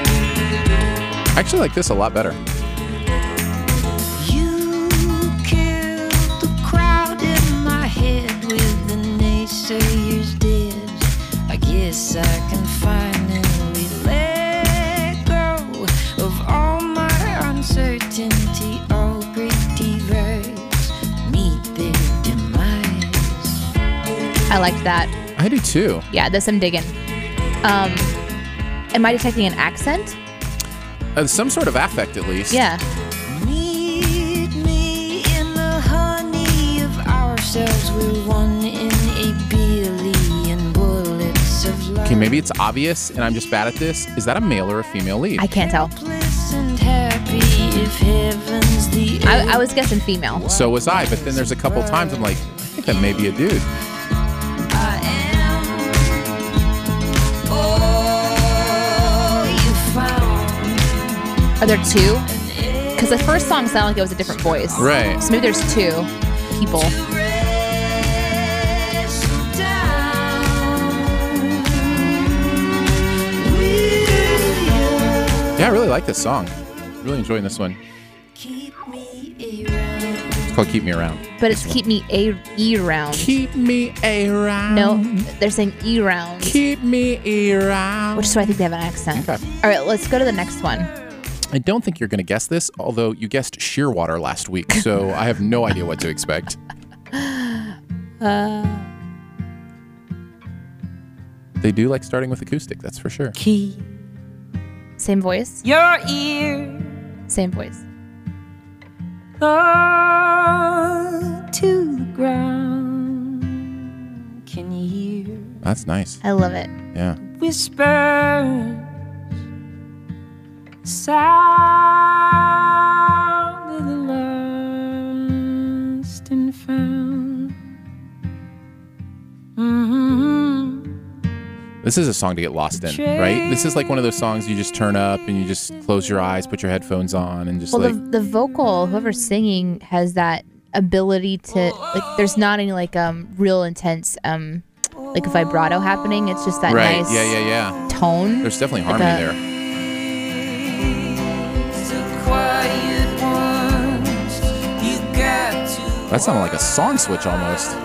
I actually like this a lot better. You killed the crowd in my head with the naysayers did. I guess I can finally let go of all my uncertainty. All great divers meet their demise. I liked that. I do too. Yeah, this I'm digging. Um Am I detecting an accent? Uh, some sort of affect, at least. Yeah. Meet me in the honey of ourselves. We're one in a billion bullets of light. Okay, maybe it's obvious and I'm just bad at this. Is that a male or a female lead? I can't tell. Bliss and happy if heaven's the I, I was guessing female. so was I, but then there's a couple times I'm like, I think that may be a dude. I am. Oh, you found Are there two? Because the first song sounded like it was a different voice. Right. So maybe there's two people. to wrestle down. Will you? Yeah, I really like this song. Really enjoying this one. Keep me around. It's called Keep Me Around. But it's keep me a e round. Keep me around. No, they're saying e round. Keep me around. which is why I think they have an accent. Okay. All right, let's go to the next one. I don't think you're going to guess this, although you guessed Shearwater last week, so I have no idea what to expect. They do like starting with acoustic, that's for sure. Keep Same voice, your ear same voice. up to the ground. Can you hear That's nice. I love it. Yeah. whispers sound of the lost and found? hmm This is a song to get lost in, right? This is like one of those songs you just turn up and you just close your eyes, put your headphones on, and just Well, like. the, the vocal, whoever's singing, has that ability to like. There's not any like um real intense um like vibrato happening. It's just that right. nice Yeah, yeah, yeah. tone. There's definitely Like harmony a- there. That sounded like a song switch almost.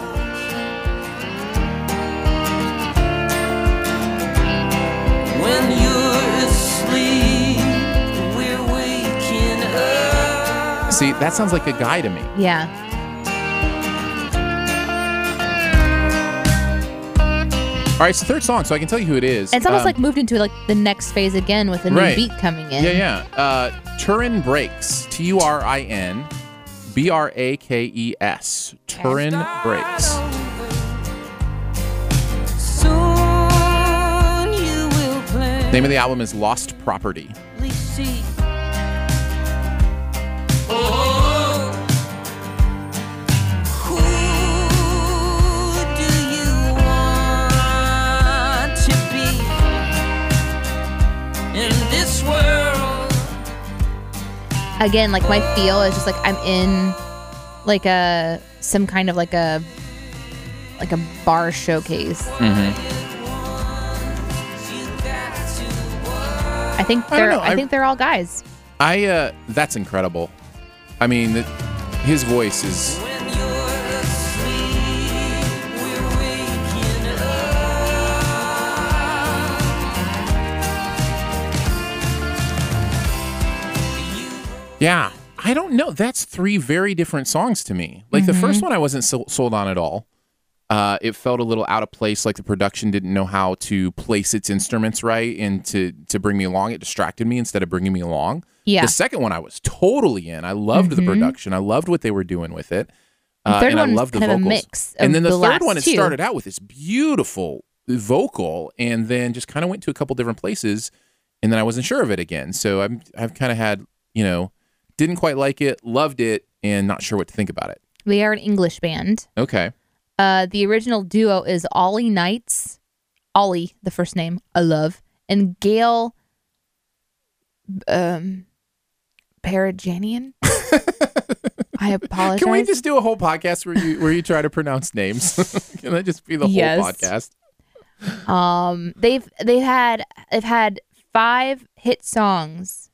See, that sounds like a guy to me. Yeah. All right, so third song, so I can tell you who it is. It's almost Um, like moved into like the next phase again with a new Right. beat coming in. Yeah, yeah. Uh, Turin Breaks. T U R I N B R A K E S. Turin Breaks. Soon you will play. Name of the album is Lost Property. Again, like my feel is just like I'm in like a some kind of like a like a bar showcase. Mm-hmm. I think I don't they're know, I, I- think they're all guys. I uh, that's incredible. I mean, th- his voice is. Yeah, I don't know. That's three very different songs to me. Like the first one, I wasn't so- sold on at all. Uh, it felt a little out of place, like the production didn't know how to place its instruments right and to to bring me along. It distracted me instead of bringing me along. Yeah. The second one, I was totally in. I loved the production. I loved what they were doing with it. Uh, third and I one was loved the kind of a vocals. mix of and then the, the third last one, it two. started out with this beautiful vocal, and then just kind of went to a couple different places, and then I wasn't sure of it again. So I'm I've kind of had you know didn't quite like it, loved it, and not sure what to think about it. They are an English band. Okay. Uh, the original duo is Ollie Knights, Ollie, the first name I love, and Gail um, Parajanian. I apologize. Can we just do a whole podcast where you where you try to pronounce names? Can that just be the Yes. whole podcast? um, they've they've had they've had five hit songs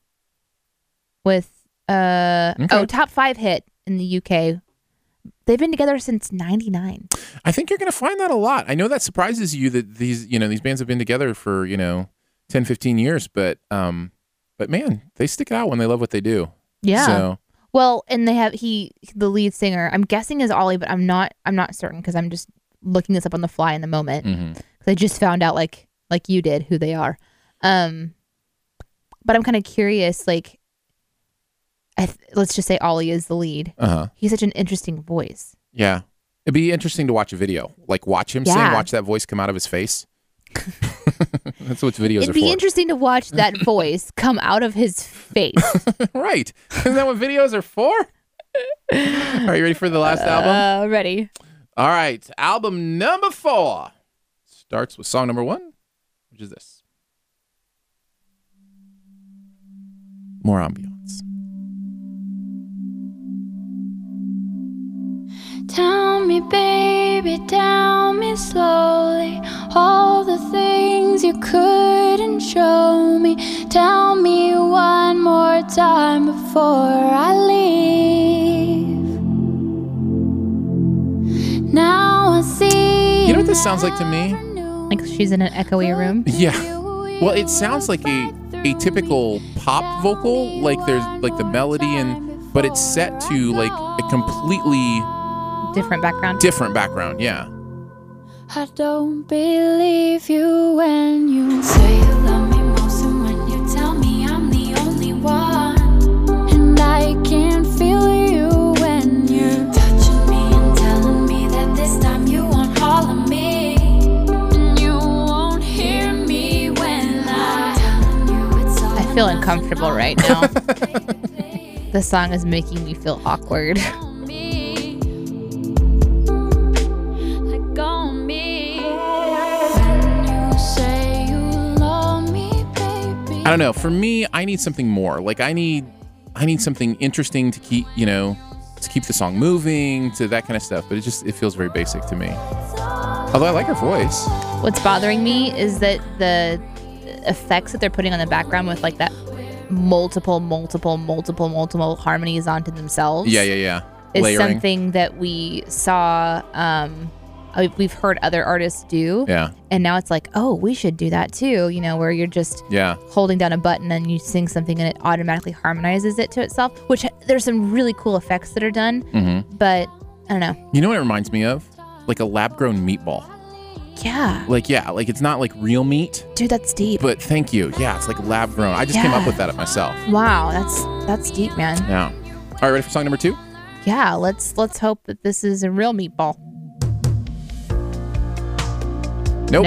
with uh Okay. oh top five hit in the UK. They've been together since '99. I think you're going to find that a lot. I know that surprises you that these you know these bands have been together for you know 10, 15 years, but um, but man, they stick it out when they love what they do. Yeah. So Well, and they have he the lead singer. I'm guessing is Ollie, but I'm not. I'm not certain because I'm just looking this up on the fly in the moment. mhm. 'Cause I just found out like like you did who they are. Um, but I'm kind of curious. Like, I th- let's just say Ollie is the lead. uh huh. He's such an interesting voice. Yeah. It'd be interesting to watch a video, like watch him sing, Yeah. watch that voice come out of his face. That's what videos It'd are for, be interesting to watch that voice come out of his face. right? Isn't that what videos are for? Are you ready for the last album? uh, ready? All right, album number four starts with song number one, which is this. More ambiance. Tell me, baby, tell me slowly all the things you couldn't show me. Tell me one more time before I leave. Now I see. You know what this sounds like to me? Like she's in an echoey room. Yeah. Well, it sounds like a a typical pop vocal, like there's like the melody and but it's set to like a completely Different background. different background. Yeah. I don't believe you when you say you love me most, and when you tell me I'm the only one. And I can feel you when you're touching me and telling me that this time you want all of me. And you won't hear me when I'm telling you it's all. I feel uncomfortable right now. right. The song is making me feel awkward. me. Like on me. When you say you love me, baby. I don't know. For me, I need something more. Like I need I need something interesting to keep, you know, to keep the song moving, to that kind of stuff, but it just it feels very basic to me. Although I like her voice. What's bothering me is that the effects that they're putting on the background with like that multiple, multiple, multiple, multiple harmonies onto themselves. Yeah, yeah, yeah. Is Layering. something that we saw um, uh, we've heard other artists do. Yeah. And now it's like, oh, we should do that too. You know, where you're just Yeah. holding down a button and you sing something and it automatically harmonizes it to itself. Which there's some really cool effects that are done, Mm-hmm. but I don't know. You know what it reminds me of? Like a lab grown meatball. Yeah, Like, yeah, like it's not like real meat, dude, that's deep. but thank you. Yeah, it's like lab grown. I just came up Yeah. with that myself. wow, that's that's deep, man. Yeah. All right, ready for song number two? Yeah, let's let's hope that this is a real meatball. Nope.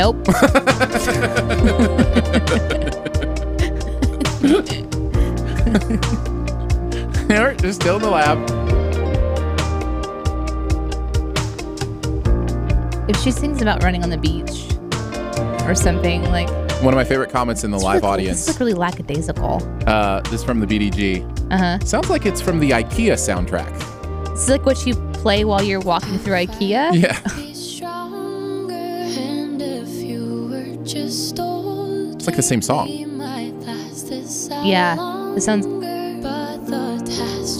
Nope. All right, just still in the lab. if she sings about running on the beach or something like One of my favorite comments in the live This audience. is really lackadaisical. Uh, this is from the BDG. Uh huh. Sounds like it's from the IKEA soundtrack. It's like what you play while you're walking through IKEA. Yeah. It's It's like the same song. song. Yeah, this sounds-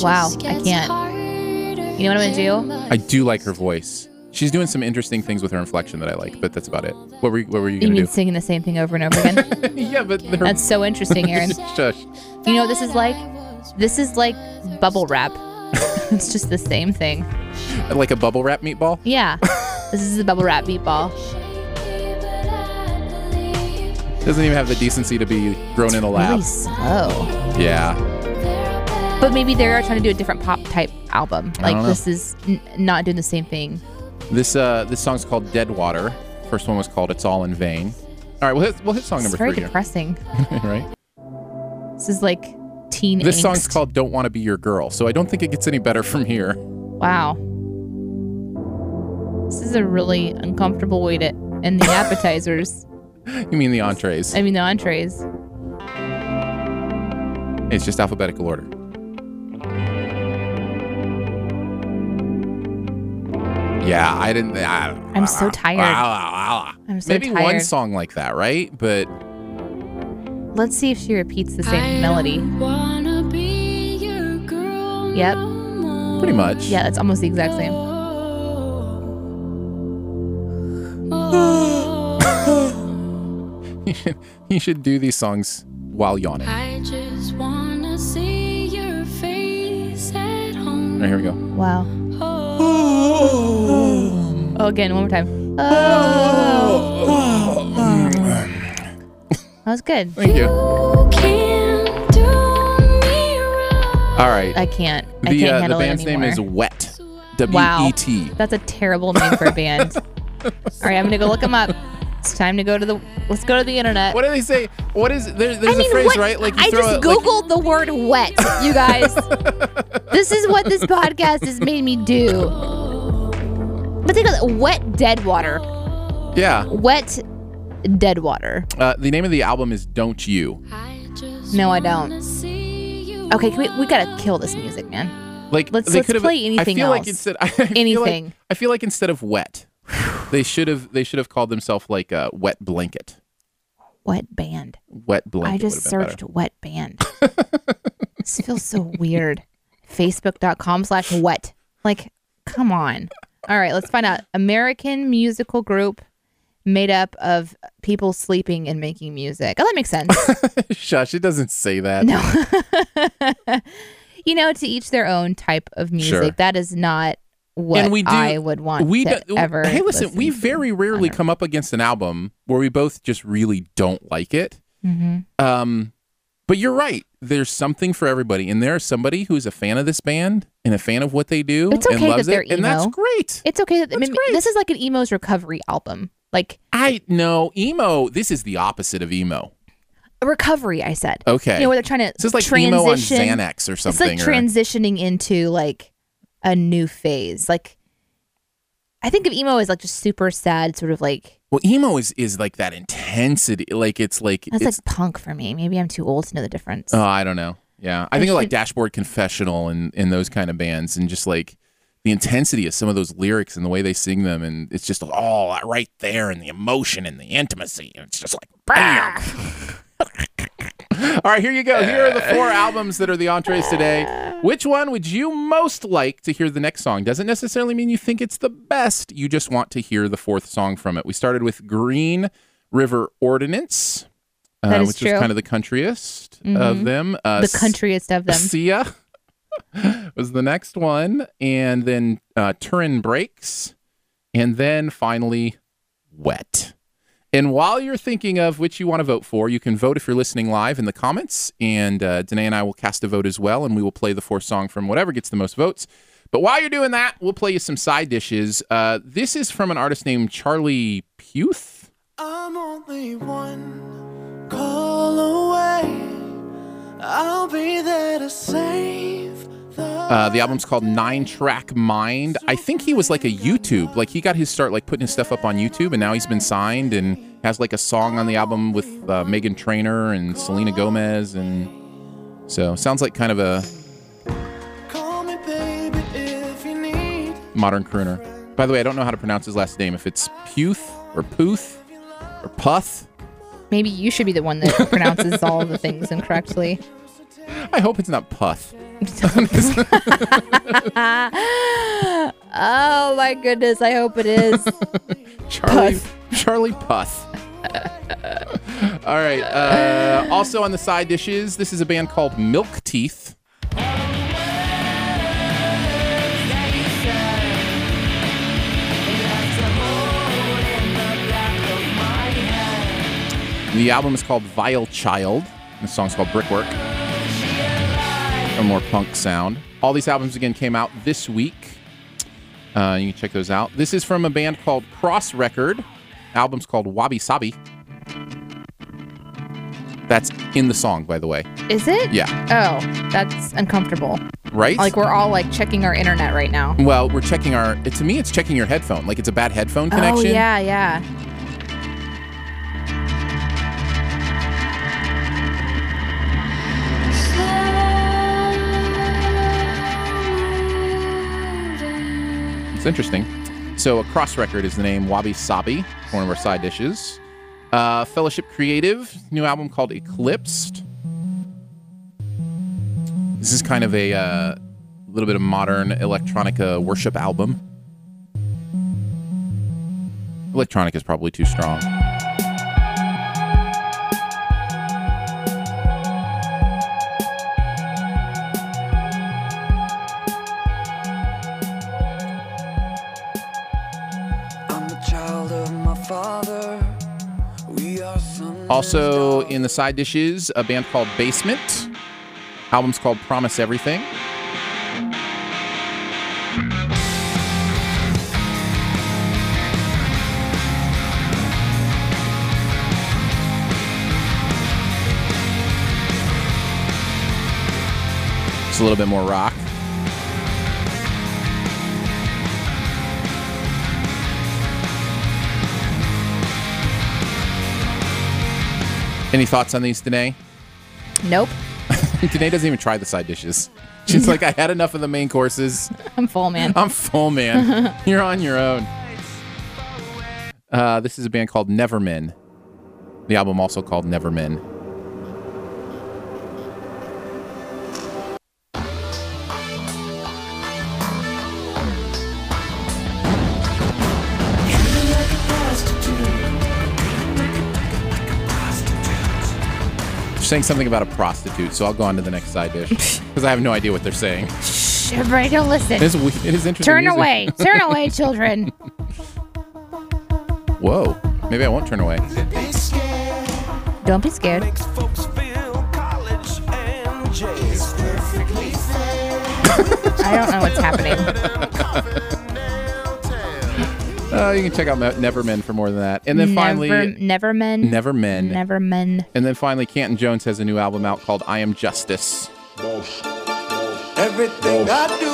Wow, Wow, I can't. You know what I'm gonna I do like her voice. She's doing some interesting things with her inflection that I like, but that's about it. What were you, what were you You gonna mean do? singing the same thing over and over again? yeah, but her That's so interesting, Aaron. Shush. You know what this is like? This is like bubble wrap. it's just the same thing. like a bubble wrap meatball. Yeah. This is a bubble wrap meatball. Doesn't even have the decency to be grown in a lab. Really slow. Yeah, But maybe they are trying to do a different pop type album. I Like don't know. this is n- not doing the same thing. this uh this song's called Dead Water. First one was called It's All in Vain. All right, we'll hit, we'll hit song It's number very three. here. depressing. right. This is like teen. This angst. song's called Don't Want to Be Your Girl, so I don't think it gets any better from here. Wow. This is a really uncomfortable way to end the appetizers. You mean the entrees? I mean the entrees. It's just alphabetical order. Yeah, I didn't. I, I'm so tired. I'm so Maybe one tired. song like that, right? But Let's see if she repeats the same melody. Yep. pretty Mm, much. Yeah, that's almost the exact same. you should do these songs while yawning. All I just wanna see your face at home. right, here we go. Wow. Oh, again, one more time. That was good. Thank you. You can't do me wrong. All right. I can't. I the can't uh, the handle band's it name anymore. is Wet. W Wow. E T. That's a terrible name for a band. All right, I'm gonna go look them up. It's time to go to the. Let's go to the internet. What do they say? What is there, there's I mean, a phrase what- right? Like you I throw just a, like- googled the word wet, you guys. this is what this podcast has made me do. But think of that. wet dead water. yeah. Wet dead water. Uh, the name of the album is Don't You. I just No, I don't. wanna see you Okay, can we, we gotta kill this music, man. Like Let's- they let's could have. play anything I feel like else. instead. I feel like- Anything. I feel like instead of Wet, they should have they should have called themselves like uh, Wet Blanket. Wet band. Wet Blanket. I just would've been better. searched wet band. this feels so weird. Facebook.com slash wet. Like, come on. All right, let's find out. American musical group made up of people sleeping and making music. Oh, that makes sense. Shush! It doesn't say that. No. you know, to each their own type of music. Sure. That is not what And we do- I would want we to do- ever. hey listen, we listen to. very rarely come up against an album where we both just really don't like it Mhm. um but you're right there's something for everybody and there's somebody who's a fan of this band and a fan of what they do It's and okay that loves they're it and that's emo. great It's okay. That, That's maybe, great. this is like an emo's recovery album. Like i know emo this is the opposite of emo a recovery, I said. okay You know, where they're trying to this is like transition. emo on xanax or it's something like or- transitioning into like a new phase. Like, I think of emo as like just super sad, sort of like well emo is is like that intensity like it's like that's it's like punk for me. Maybe I'm too old to know the difference. Oh, I don't know. Yeah, I think of like should- Dashboard Confessional and and those kind of bands, and just like the intensity of some of those lyrics and the way they sing them, and it's just all right Ah. there, and the emotion and the intimacy, and it's just like bam. All right, here you go. Here are the four albums that are the entrees today. Which one would you most like to hear the next song? Doesn't necessarily mean you think it's the best. You just want to hear the fourth song from it. We started with Green River Ordinance, uh, That is which true. is kind of the countryest of them. Uh, Mm-hmm. the countryest of them. Sia was the next one, and then uh, Turin Breaks, and then finally Wet. And while you're thinking of which you want to vote for, you can vote if you're listening live in the comments, and uh, Danae and I will cast a vote as well, and we will play the fourth song from whatever gets the most votes. But while you're doing that, we'll play you some side dishes. Uh, this is from an artist named Charlie Puth. I'm only one call away. I'll be there to save the. Uh, the album's called Nine Track Mind. I think he was like a YouTube, like he got his start like putting his stuff up on YouTube, and now he's been signed and has like a song on the album with uh, Megan Trainor and Selena Gomez, and so sounds like kind of a Call me, baby, if you need. modern crooner. By the way, I don't know how to pronounce his last name. If it's Puth or Puth or Puth, Maybe you should be the one that pronounces all the things incorrectly. I hope it's not Puth. Oh my goodness, I hope it is. Charlie Charlie Puth. All right. Uh, also on the side dishes, this is a band called Milk Teeth. The album is called Vile Child. and The song's called Brickwork. A more punk sound. All these albums again came out this week. Uh, you can check those out. This is from a band called Cross Record. Album's called Wabi Sabi. That's in the song, by the way. is it? Yeah, Oh, that's uncomfortable. right? Like we're all like checking our internet right now. well, we're checking our. To me, it's checking your headphone. Like it's a bad headphone connection. Oh yeah, yeah. It's interesting. So, a cross record is the name Wabi Sabi, one of our side dishes. Uh, Fellowship Creative, new album called Eclipsed. This is kind of a uh, little bit of modern electronica worship album. Electronic is probably too strong. I'm the child of my father. We are some. Also in the side dishes, a band called Basement. Album's called Promise Everything. It's a little bit more rock. Any thoughts on these, Danae? Nope. Danae doesn't even try the side dishes. She's like, I had enough of the main courses. I'm full, man. I'm full, man. You're on your own. Uh, this is a band called Nevermen. The album also called Nevermen. They're Saying something about a prostitute, so I'll go on to the next side dish because I have no idea what they're saying. Shh, Everybody, don't listen. It is, we- it is interesting. Turn music. away. Turn away, children. Whoa. Maybe I won't turn away. Be scared. Don't be scared. Makes folks feel college and jail. It's perfectly fair. I don't know what's happening. Uh, you can check out Ne- Nevermen for more than that. And then finally, never, never men. Nevermen. Never men. and then finally, Canton Jones has a new album out called I Am Justice. Everything I do.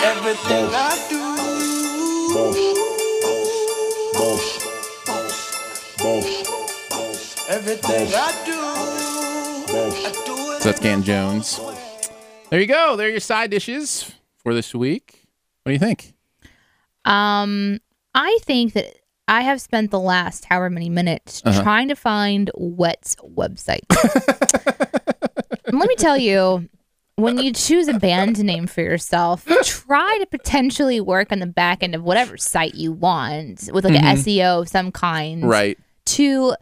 Everything I do. Everything I do. I do it. So that's Canton Jones. There you go. There are your side dishes for this week. What do you think? Um, I think that I have spent the last however many minutes Uh-huh. trying to find Wet's website. And Let me tell you, when you choose a band name for yourself, try to potentially work on the back end of whatever site you want with like an SEO of some kind. Mm-hmm. Right. To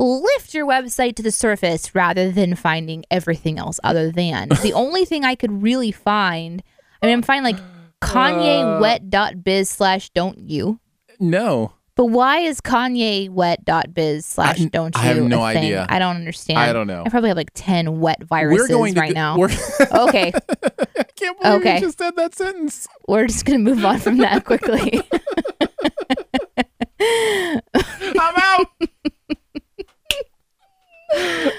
lift your website to the surface rather than finding everything else other than. the only thing I could really find, I mean, I'm finding like Uh. Kanye wet.biz slash don't you. No. But why is Kanye wet.biz slash I- don't you? I have no a thing? idea. I don't understand. I don't know. I probably have like 10 wet we're viruses going to right go- now. We're, okay, I can't believe Okay. you just said that sentence. we're just going to move on from that quickly. Uh, I'm out.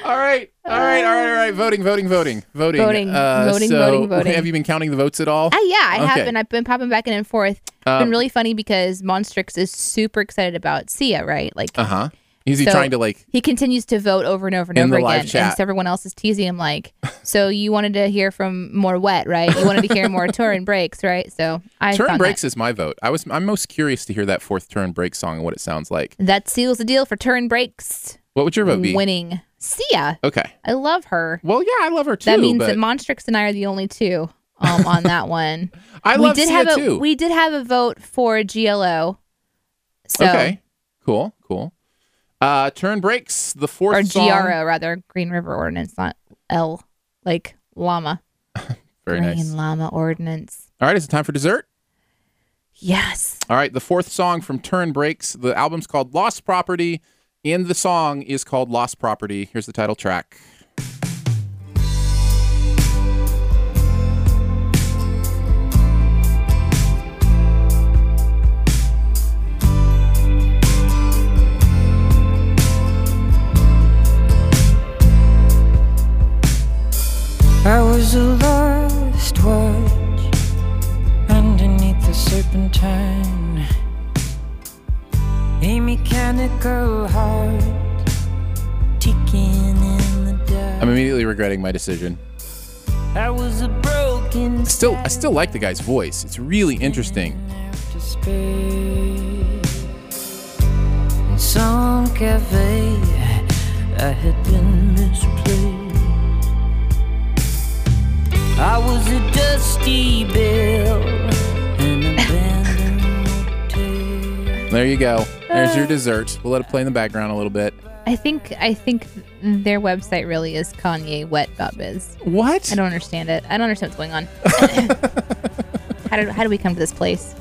all right, all right, all right, all right. Voting, voting, voting, voting, Uh, Voting, voting, so voting, voting. Have you been counting the votes at all? Ah, yeah, I Okay. have been. I've been popping back in and forth. It's Um, been really funny because Monstrix is super excited about Sia, right? Like, Uh huh. Is he So- trying to like? he continues to vote over and over and In over the live again. chat. And so everyone else is teasing him, like, so you wanted to hear from more wet, right? You wanted to hear more Turin breaks, right? So I Turn found breaks that. is my vote. I was. I'm most curious to hear that fourth turn break song and what it sounds like. That seals the deal for Turin breaks. What would your vote be? Winning Sia. Okay. I love her. Well, yeah, I love her too. That means but that Monstrix and I are the only two um, on that one. I we love did Sia have a too. we did have a vote for GLO. So okay. Cool. Cool. Uh, turn breaks. The fourth or song. GRO rather, Green River Ordinance, not L like llama. Very Green nice. llama ordinance. All right. Is it time for dessert? Yes. All right, the fourth song from Turn Breaks. The album's called Lost Property, and the song is called Lost Property. Here's the title track. I was a lost watch underneath the serpentine. A mechanical heart ticking in the dark. I'm immediately regretting my decision. I was a broken I still, I still like the guy's voice. It's really interesting. after space. In some cafe, I had been misplaced. I was a dusty bill, an abandoned motel. There you go. There's your dessert. We'll let it play in the background a little bit. I think I think their website really is Kanye Wet Biz. What? I don't understand it. I don't understand what's going on. how did how do we come to this place?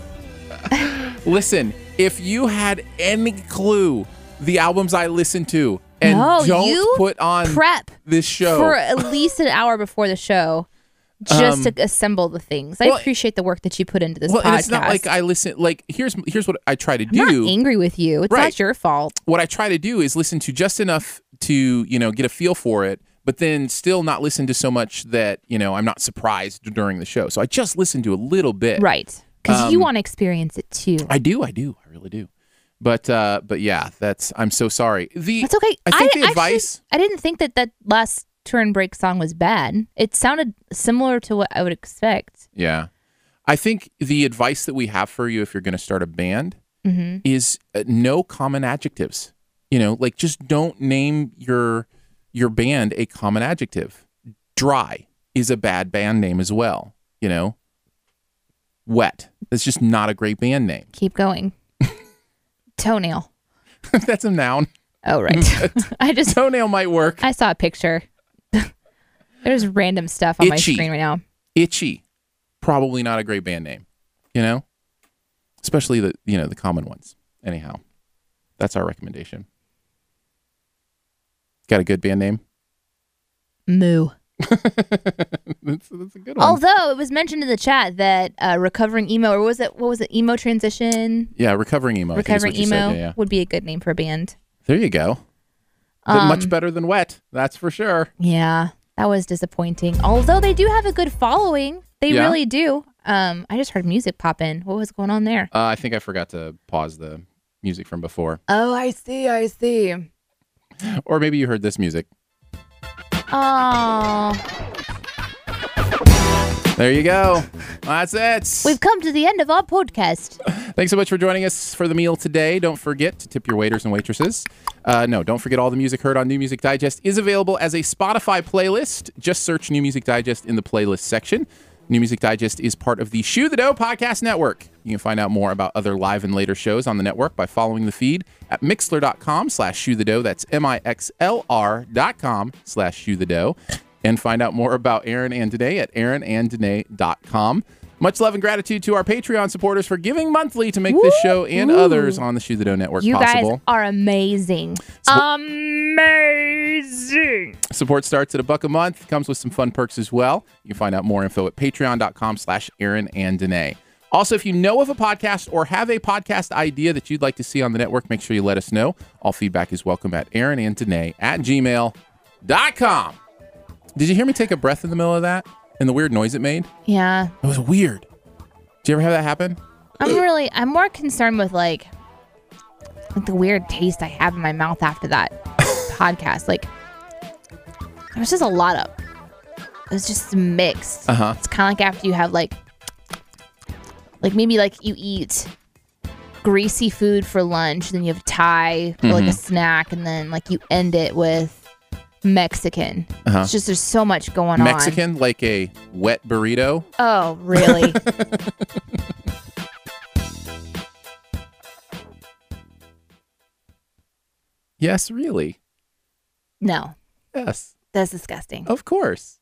Listen, if you had any clue the albums I listen to and No, you don't put on Oh. Prep this show, for at least an hour before the show just Um, to assemble the things. I well, appreciate the work that you put into this well, podcast. and it's not like I listen. Like here's here's what I try to am do. not angry with you. It's Right. not your fault. what I try to do is listen to just enough to you know get a feel for it, but then still not listen to so much that you know I'm not surprised during the show. So I just listen to a little bit. Right. Because you want to experience it too. Eh, um, I do. I do. I really do. But uh, but yeah, that's. I'm so sorry. The That's okay. I think the actually- advice. I didn't think that that last turn break song was bad. It sounded similar to what I would expect. Yeah, I think the advice that we have for you if you're going to start a band Mm-hmm. is uh, no common adjectives. You know, like just don't name your your band a common adjective. Dry is a bad band name as well, you know. Wet. That's just not a great band name. Keep going. Toenail. That's a noun. Oh right. I just Toenail might work. I saw a picture. There's random stuff on Itchy. my screen right now. Itchy. Probably not a great band name, you know? Especially the, you know, the common ones. Anyhow, that's our recommendation. Got a good band name? Moo. That's, that's a good one. Um, Although it was mentioned in the chat that uh, recovering emo or was it what was it emo transition yeah, recovering emo. I think is recovering what you emo said. Yeah, yeah. would be a good name for a band. There you go. But Um, much better than wet, that's for sure. Yeah, that was disappointing. Although they do have a good following, they Yeah? really do. Um, I just heard music pop in. What was going on there? Uh, I think I forgot to pause the music from before, Oh, I see. I see. or maybe you heard this music. Oh, There you go. That's it. We've come to the end of our podcast. Thanks so much for joining us for the meal today. Don't forget to tip your waiters and waitresses. Uh, no, don't forget all the music heard on New Music Digest is available as a Spotify playlist. Just search New Music Digest in the playlist section. New Music Digest is part of the Shoe the Dough podcast network. You can find out more about other live and later shows on the network by following the feed at mixler.com slash shoe the dough. That's M-I-X-L-R dot com slash shoe the dough. And find out more about Aaron and Danae at aaronanddanae.com. Much love and gratitude to our Patreon supporters for giving monthly to make this show and others on the Shoe the Dough Network You possible. guys are amazing. Amazing. Support starts at a buck a month, comes with some fun perks as well. You can find out more info at patreon.com slash Aaron and Danae. Also, if you know of a podcast or have a podcast idea that you'd like to see on the network, make sure you let us know. All feedback is welcome at Aaron and Danae at gmail.com. Did you hear me take a breath in the middle of that? And the weird noise it made? Yeah. It was weird. Did you ever have that happen? I'm really I'm more concerned with like, like the weird taste I have in my mouth after that podcast. Like there was just a lot of it was just mixed. Uh-huh. It's kinda like after you have like like maybe like you eat greasy food for lunch, then you have Thai or Mm-hmm. like a snack, and then like you end it with Mexican. Uh-huh. It's just there's so much going on. Mexican, like a wet burrito. Oh, really? Yes, really. no. Yes, That's disgusting. of course.